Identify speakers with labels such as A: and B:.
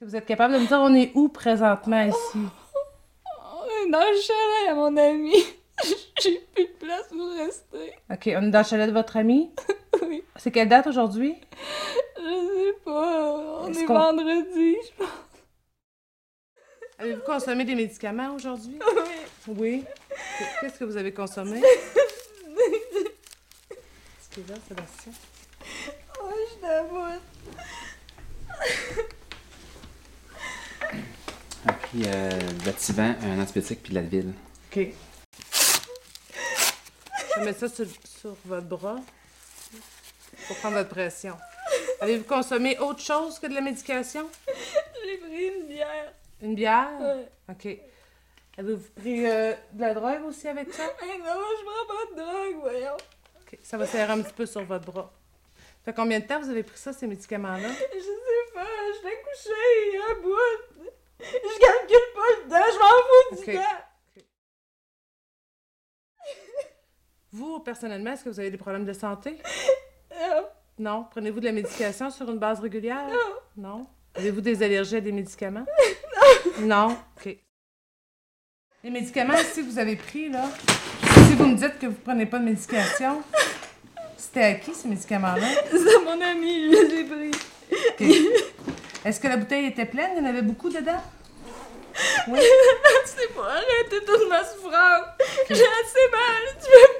A: Vous êtes capable de me dire on est où présentement ici?
B: Dans le chalet à mon ami. J'ai plus de place pour rester.
A: OK, on est dans le chalet de votre ami?
B: Oui.
A: C'est quelle date aujourd'hui?
B: Je sais pas. On
A: Est-ce
B: est,
A: qu'on-
B: vendredi, je pense.
A: Avez-vous consommé des médicaments aujourd'hui? Oui. Qu'est-ce que vous avez consommé? Excusez-moi, Sébastien.
B: Oh, je t'avoue.
C: Ah, puis euh, de l'activant, un antibiótique, puis de l'Advil.
A: OK. Je mets ça sur, sur votre bras pour prendre votre pression. Avez-vous consommé autre chose que de la médication?
B: J'ai pris une bière.
A: Une bière?
B: Ouais.
A: OK. Avez-vous pris euh, de la drogue aussi avec ça?
B: Hey, non, je prends pas de drogue, voyons.
A: OK. Ça va serrer un petit peu sur votre bras. Ça fait combien de temps vous avez pris ça, ces médicaments-là?
B: Je sais pas, je l'ai couché il y a un bout. Je calcule pas le temps, je m'en fous
A: Ok.
B: du temps.
A: Vous, personnellement, est-ce que vous avez des problèmes de santé?
B: Non,
A: Non. Prenez-vous de la médication sur une base régulière?
B: non.
A: Non. Avez-vous des allergies à des médicaments? Non. Non? OK. Les médicaments, si vous avez pris, là, si vous me dites que vous prenez pas de médication, c'était à qui ces médicaments-là?
B: C'est à mon ami, je les ai pris.
A: OK. Est-ce que la bouteille était pleine? Il y en avait beaucoup dedans?
B: C'est pour arrêter toute ma souffrance. J'ai assez mal, tu veux